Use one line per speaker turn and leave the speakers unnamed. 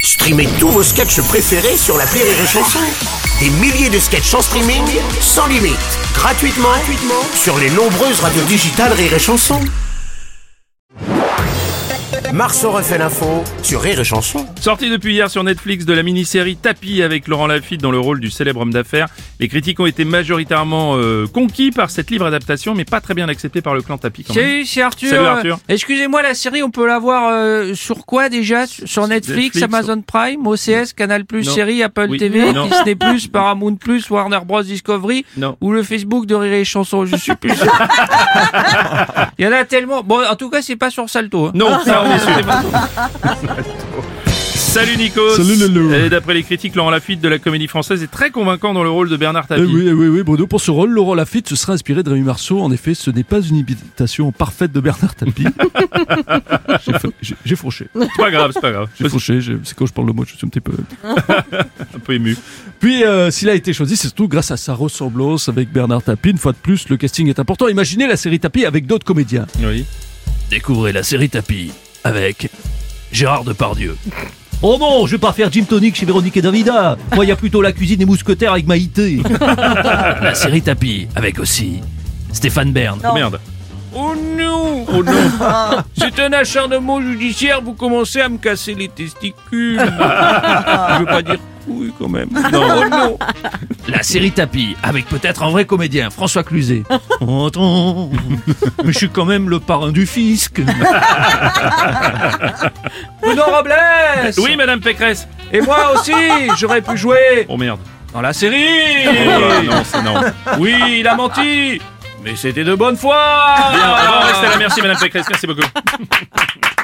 Streamez tous vos sketchs préférés sur la Rire et Chanson. Des milliers de sketchs en streaming, sans limite, gratuitement, gratuitement sur les nombreuses radios digitales Rire et Chanson. Marceau refait l'info sur Rire et Chanson.
Sorti depuis hier sur Netflix de la mini-série Tapis avec Laurent Lafitte dans le rôle du célèbre homme d'affaires, les critiques ont été majoritairement euh, conquis par cette libre adaptation, mais pas très bien acceptée par le clan Tapis. quand même.
Salut, c'est Arthur.
Salut, Arthur.
Euh, Excusez-moi, la série, on peut la voir euh, sur quoi déjà Sur sur Netflix,
Netflix,
Amazon Prime, OCS, Canal+,
Non.
série, Apple
Oui.
TV,
Non.
Disney+, Paramount+, Warner Bros Discovery
Non.
ou le Facebook de Rire et Chansons, je suis plus sûr. Il y en a tellement. Bon, en tout cas, c'est pas sur Salto. hein.
Non, ça on est sûr. Salut Nico.
Salut, Lolo.
Et d'après les critiques, Laurent Lafitte de la comédie française est très convaincant dans le rôle de Bernard
Eh
Tapie.
oui, eh oui, oui, Bruno. Pour ce rôle, Laurent Lafitte se sera inspiré de Rémi Marceau. En effet, ce n'est pas une imitation parfaite de Bernard Tapie. J'ai fa- j'ai- J'ai fauché.
C'est pas grave, c'est pas grave. Je
J'ai
suis
fauché. j'ai- C'est quand je parle le mot, je suis un petit peu.
un peu ému.
Puis, euh, s'il a été choisi, c'est surtout grâce à sa ressemblance avec Bernard Tapie. Une fois de plus, le casting est important. Imaginez la série Tapie avec d'autres comédiens.
Oui.
Découvrez la série Tapie avec Gérard Depardieu. Oh non, je vais pas faire Jim Tonic chez Véronique et Davida. Moi, il y a plutôt la cuisine des mousquetaires avec Maïté. la série Tapie avec aussi Stéphane Bern.
Merde.
Oh non Oh non C'est un acharnement judiciaire, vous commencez à me casser les testicules. je veux pas dire couille quand même. Oh non
La série tapis, avec peut-être un vrai comédien, François Cluzet.
Oh,
Attends, mais je suis quand même le parrain du fisc.
Bruno Robles
Oui, Madame Pécresse.
Et moi aussi, j'aurais pu jouer
Oh merde.
dans la série
Ah, non, c'est non.
Oui, il a menti Mais c'était de bonne foi
Bien, bon, reste à la merci Madame Pécresse. Merci beaucoup.